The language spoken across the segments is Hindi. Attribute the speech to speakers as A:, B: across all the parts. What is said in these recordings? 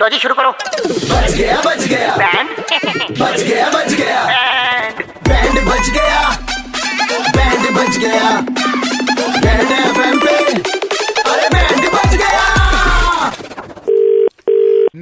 A: लो जी शुरू करो
B: बच गया बच गया
A: बैंड
B: बच गया बच गया बैंड बच गया बैंड बच गया बैंड एफएम पे अरे बैंड बच गया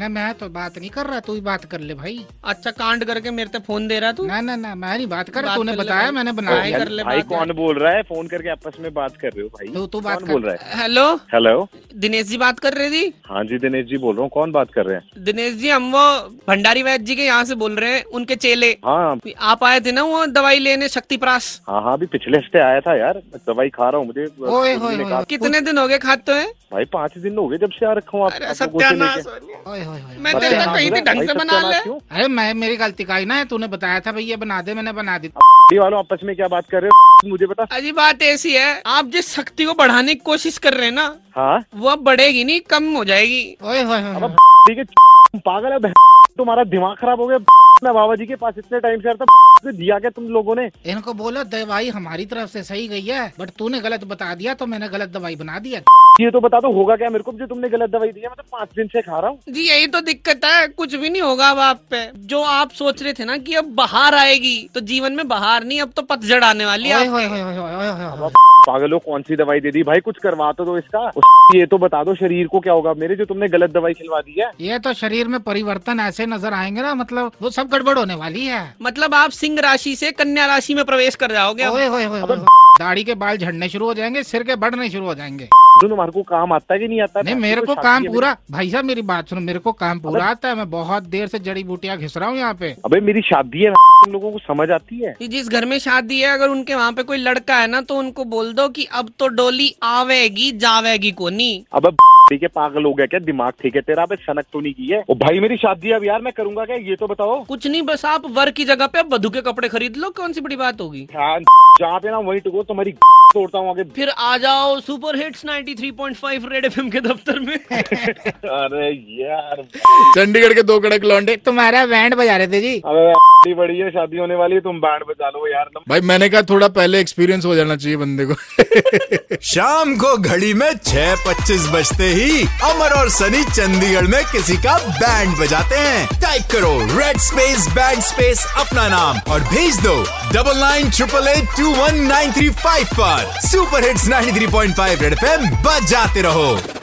C: ना मैं तो बात नहीं कर रहा तू ही बात कर ले भाई
D: अच्छा कांड करके मेरे पे फोन दे रहा तू
C: ना ना ना मैं नहीं बात कर
D: बात
C: तूने
D: कर ले
C: बताया
D: भाई।
C: मैंने
D: हाँ,
C: बनाया
D: कर ले
E: भाई
D: बात
E: कौन
D: यार।
E: बोल रहा है फोन करके आपस में बात कर रहे हो भाई
C: तो तू बात
E: कौन
C: कर।
E: बोल रहा है
D: हेलो
E: हेलो
D: दिनेश जी बात कर रहे थी
E: हाँ जी दिनेश जी बोल रहा हूँ कौन बात कर रहे हैं
D: दिनेश जी हम वो भंडारी वैद्य जी के यहाँ से बोल रहे हैं उनके चेले
E: हाँ
D: आप आए थे ना वो दवाई लेने शक्तिप्रास
E: हाँ हाँ अभी पिछले हफ्ते आया था यार दवाई खा रहा हूँ मुझे
C: ओए,
E: किसी ने
C: ओए,
E: कहा-
C: ओए।
D: कितने दिन हो गए खाते हुए
E: भाई पाँच दिन हो गए जब से आ रखा हूँ आप-
D: अरे
E: आप लोगों से
D: सत्यानाश
E: लेके।
D: हो गया।
C: ओए होए होए।
D: मैं
E: अरे
D: तेरे
E: हाँ,
D: कहीं भी
E: भाई,
D: ढंग से बना
E: सत्यानाश
D: ले
E: क्यों?
C: अरे मैं मेरी गलती का ही ना है तूने बताया था भैया बना दे मैंने बना दी
E: ये वालों आपस में क्या बात कर रहे हो मुझे बता
D: अजी बात ऐसी है आप जिस शक्ति को बढ़ाने की कोशिश कर रहे हैं ना
E: हाँ
D: वो अब बढ़ेगी नहीं कम हो जाएगी
C: ओए होए होए होए।
E: ठीक है तुम पागल है बहन। तुम्हारा दिमाग खराब हो गया बहन। मैं बाबा जी के पास इतने टाइम से आता बहन, दिया क्या तुम लोगों ने
C: इनको बोलो दवाई हमारी तरफ से सही गई है बट तूने गलत बता दिया तो मैंने गलत दवाई बना दिया
E: ये तो बता दो होगा क्या मेरे को जो तुमने गलत दवाई दी है मैं तो पाँच दिन से खा रहा हूँ
D: जी यही तो दिक्कत है कुछ भी नहीं होगा अब आप पे जो आप सोच रहे थे ना कि अब बाहर आएगी तो जीवन में बाहर नहीं अब तो पतझड़ आने वाली है
C: ओए
D: आप-
C: होए होए होए होए होए होए।
E: पागलों कौन सी दवाई दे दी भाई कुछ करवा तो दो इसका उस ये तो बता दो शरीर को क्या होगा मेरे जो तुमने गलत दवाई खिलवा दी है
C: ये तो शरीर में परिवर्तन ऐसे नजर आएंगे ना मतलब वो सब गड़बड़ होने वाली है
D: मतलब आप सिंह राशि से कन्या राशि में प्रवेश कर जाओगे अब।
C: ओए होए होए होए। दाढ़ी के बाल झड़ने शुरू हो जाएंगे सिर के बढ़ने शुरू हो जाएंगे
E: जो तुम्हारे को काम आता है कि नहीं आता
C: नहीं
E: ताकि
C: मेरे
E: कोई
C: को
E: साक्षी
C: काम
E: है
C: पूरा भाई साहब मेरी बात सुनो मेरे को काम पूरा आता है मैं बहुत देर से जड़ी बूटियां घिस रहा हूँ यहाँ पे
E: मेरी- अबे मेरी शादी है तुम लोगों को समझ आती है
D: कि जिस घर में शादी है अगर उनके वहाँ पे कोई लड़का है ना तो उनको बोल दो कि अब तो डोली आवेगी जावेगी को नहीं
E: अब ठीक है पागल हो गया क्या दिमाग ठीक है तेरा अबे सनक तो नहीं की है ओ भाई मेरी शादी है अब यार मैं करूंगा क्या ये तो बताओ
D: कुछ नहीं बस आप वर की जगह पे बधू के कपड़े खरीद लो कौन सी बड़ी बात होगी
E: ध्यान जहाँ पे ना वहीं टुको तुम्हारी तोड़ता हूँ आगे
D: फिर आ जाओ सुपर हिट्स 93.5 रेड एफएम के दफ्तर में
E: अरे यार
C: चंडीगढ़ के दो कड़क लौंडे तुम्हारा बैंड बजा रहे थे जी
E: अबे बड़ी बड़ी है शादी होने वाली है तुम बैंड बजा लो यार तुम
F: भाई मैंने कहा थोड़ा पहले एक्सपीरियंस हो जाना चाहिए बंदे को
G: शाम को घड़ी में छह पच्चीस बजते ही अमर और सनी चंडीगढ़ में किसी का बैंड बजाते हैं टाइप करो रेड स्पेस बैंड स्पेस अपना नाम और भेज दो double nine triple eight two one nine three five पर super hits 93.5 three point five red M बजाते रहो